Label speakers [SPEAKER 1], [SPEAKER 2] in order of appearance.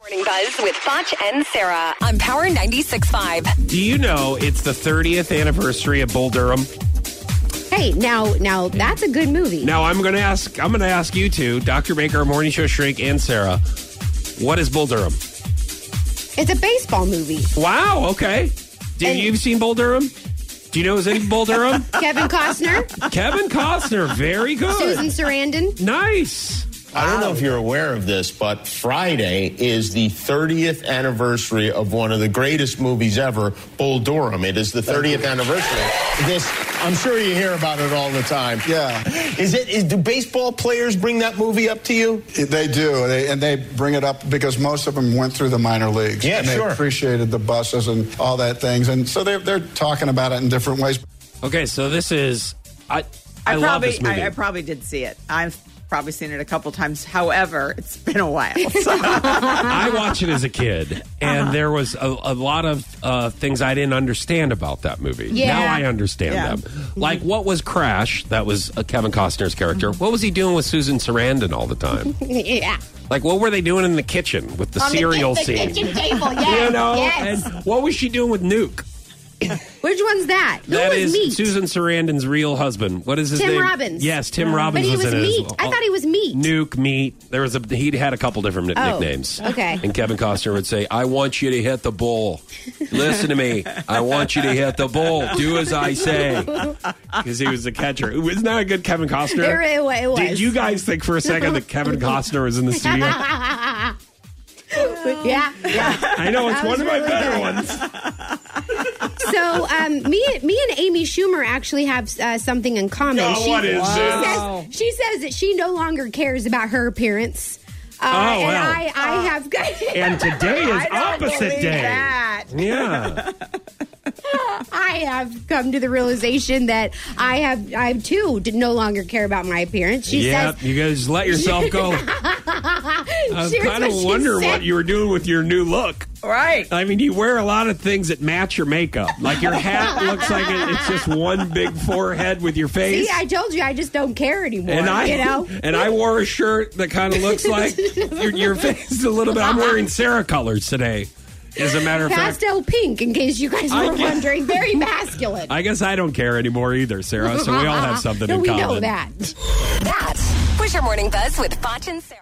[SPEAKER 1] Morning Buzz with Foch and Sarah on Power 96.5.
[SPEAKER 2] Do you know it's the 30th anniversary of Bull Durham?
[SPEAKER 3] Hey, now, now that's a good movie.
[SPEAKER 2] Now I'm going to ask. I'm going to ask you two, Dr. Baker, our morning show shrink, and Sarah. What is Bull Durham?
[SPEAKER 3] It's a baseball movie.
[SPEAKER 2] Wow. Okay. Do
[SPEAKER 3] And-
[SPEAKER 2] you've seen Bull Durham? Do you know who's in Bull Durham?
[SPEAKER 3] Kevin Costner,
[SPEAKER 2] Kevin Costner. Very good.
[SPEAKER 3] Susan Sarandon.
[SPEAKER 2] Nice.
[SPEAKER 4] I don't know if you're aware of this, but Friday is the 30th anniversary of one of the greatest movies ever, Bull Durham. It is the 30th anniversary. This, I'm sure you hear about it all the time.
[SPEAKER 5] Yeah.
[SPEAKER 4] Is it? Is, do baseball players bring that movie up to you?
[SPEAKER 5] They do, they, and they bring it up because most of them went through the minor leagues.
[SPEAKER 4] Yeah,
[SPEAKER 5] and they
[SPEAKER 4] sure.
[SPEAKER 5] appreciated the buses and all that things, and so they're they're talking about it in different ways.
[SPEAKER 2] Okay. So this is. I. I,
[SPEAKER 6] I,
[SPEAKER 2] love
[SPEAKER 6] probably
[SPEAKER 2] this movie.
[SPEAKER 6] I, I probably did see it. I've probably seen it a couple times. However, it's been a while. So.
[SPEAKER 2] I watched it as a kid, and
[SPEAKER 3] Uh-huh.
[SPEAKER 2] there was a, a lot of uh, things I didn't understand about that movie.
[SPEAKER 3] Yeah.
[SPEAKER 2] Now I understand
[SPEAKER 6] Yeah.
[SPEAKER 2] them. Like, what was Crash? That was uh, Kevin Costner's character. What was he doing with Susan Sarandon all the time?
[SPEAKER 3] Yeah.
[SPEAKER 2] like, what were they doing in the kitchen with the
[SPEAKER 3] On the
[SPEAKER 2] cereal
[SPEAKER 3] kitchen-
[SPEAKER 2] scene?
[SPEAKER 3] the kitchen table, yes,
[SPEAKER 2] you know,
[SPEAKER 3] yes.
[SPEAKER 2] and what was she doing with Nuke?
[SPEAKER 3] Which one's that? Who
[SPEAKER 2] that
[SPEAKER 3] was
[SPEAKER 2] is
[SPEAKER 3] meat?
[SPEAKER 2] Susan Sarandon's real husband. What is his
[SPEAKER 3] Tim
[SPEAKER 2] name?
[SPEAKER 3] Robbins.
[SPEAKER 2] Yes, Tim Robbins
[SPEAKER 3] But he
[SPEAKER 2] was,
[SPEAKER 3] was
[SPEAKER 2] in it. as
[SPEAKER 3] Meat.
[SPEAKER 2] well.
[SPEAKER 3] I thought he was Meat.
[SPEAKER 2] Nuke, Meat. There was a he had a couple different
[SPEAKER 3] Oh,
[SPEAKER 2] nicknames.
[SPEAKER 3] okay.
[SPEAKER 2] And Kevin Costner would say, "I want you to hit the bull. Listen to me. I want you to hit the bull. Do as I say." Because he was the catcher. Isn't that a good Kevin Costner?
[SPEAKER 3] There it wa- it was.
[SPEAKER 2] Did you guys think for a second that Kevin Costner was in the studio?
[SPEAKER 3] yeah, yeah.
[SPEAKER 2] I know it's
[SPEAKER 3] That was
[SPEAKER 2] one of my
[SPEAKER 3] really
[SPEAKER 2] better
[SPEAKER 3] good.
[SPEAKER 2] ones.
[SPEAKER 3] So, um, me, me and Amy Schumer actually have uh, something in common.
[SPEAKER 2] Oh, what is
[SPEAKER 3] she
[SPEAKER 2] this?
[SPEAKER 3] Says, she says that she no longer cares about her appearance. Uh,
[SPEAKER 2] Oh,
[SPEAKER 3] and
[SPEAKER 2] wow.
[SPEAKER 3] I, I have.
[SPEAKER 2] And today is opposite
[SPEAKER 6] believe
[SPEAKER 2] day.
[SPEAKER 6] that.
[SPEAKER 2] Yeah.
[SPEAKER 3] I have come to the realization that I have I too d- no longer care about my appearance. She
[SPEAKER 2] yeah.
[SPEAKER 3] says
[SPEAKER 2] You guys let yourself go. I
[SPEAKER 3] Here's
[SPEAKER 2] kind
[SPEAKER 3] what
[SPEAKER 2] of
[SPEAKER 3] she
[SPEAKER 2] wonder
[SPEAKER 3] said.
[SPEAKER 2] what you were doing with your new look.
[SPEAKER 6] right.
[SPEAKER 2] I mean, you wear a lot of things that match your makeup. Like your hat looks like it, it's just one big forehead with your face.
[SPEAKER 3] See, I told you I just don't care anymore.
[SPEAKER 2] and I,
[SPEAKER 3] you know?
[SPEAKER 2] and I wore a shirt that kind of looks like your, your face is a little bit. I'm wearing Sarah colors today. As a matter of fact,
[SPEAKER 3] Pastel pink, in case you guys
[SPEAKER 2] I
[SPEAKER 3] were
[SPEAKER 2] guess-
[SPEAKER 3] wondering. Very masculine.
[SPEAKER 2] I guess I don't care anymore either, Sarah. So we all have something
[SPEAKER 3] no,
[SPEAKER 2] in
[SPEAKER 3] we
[SPEAKER 2] common.
[SPEAKER 3] know that.
[SPEAKER 1] That was your Morning Buzz with Foch and Sarah.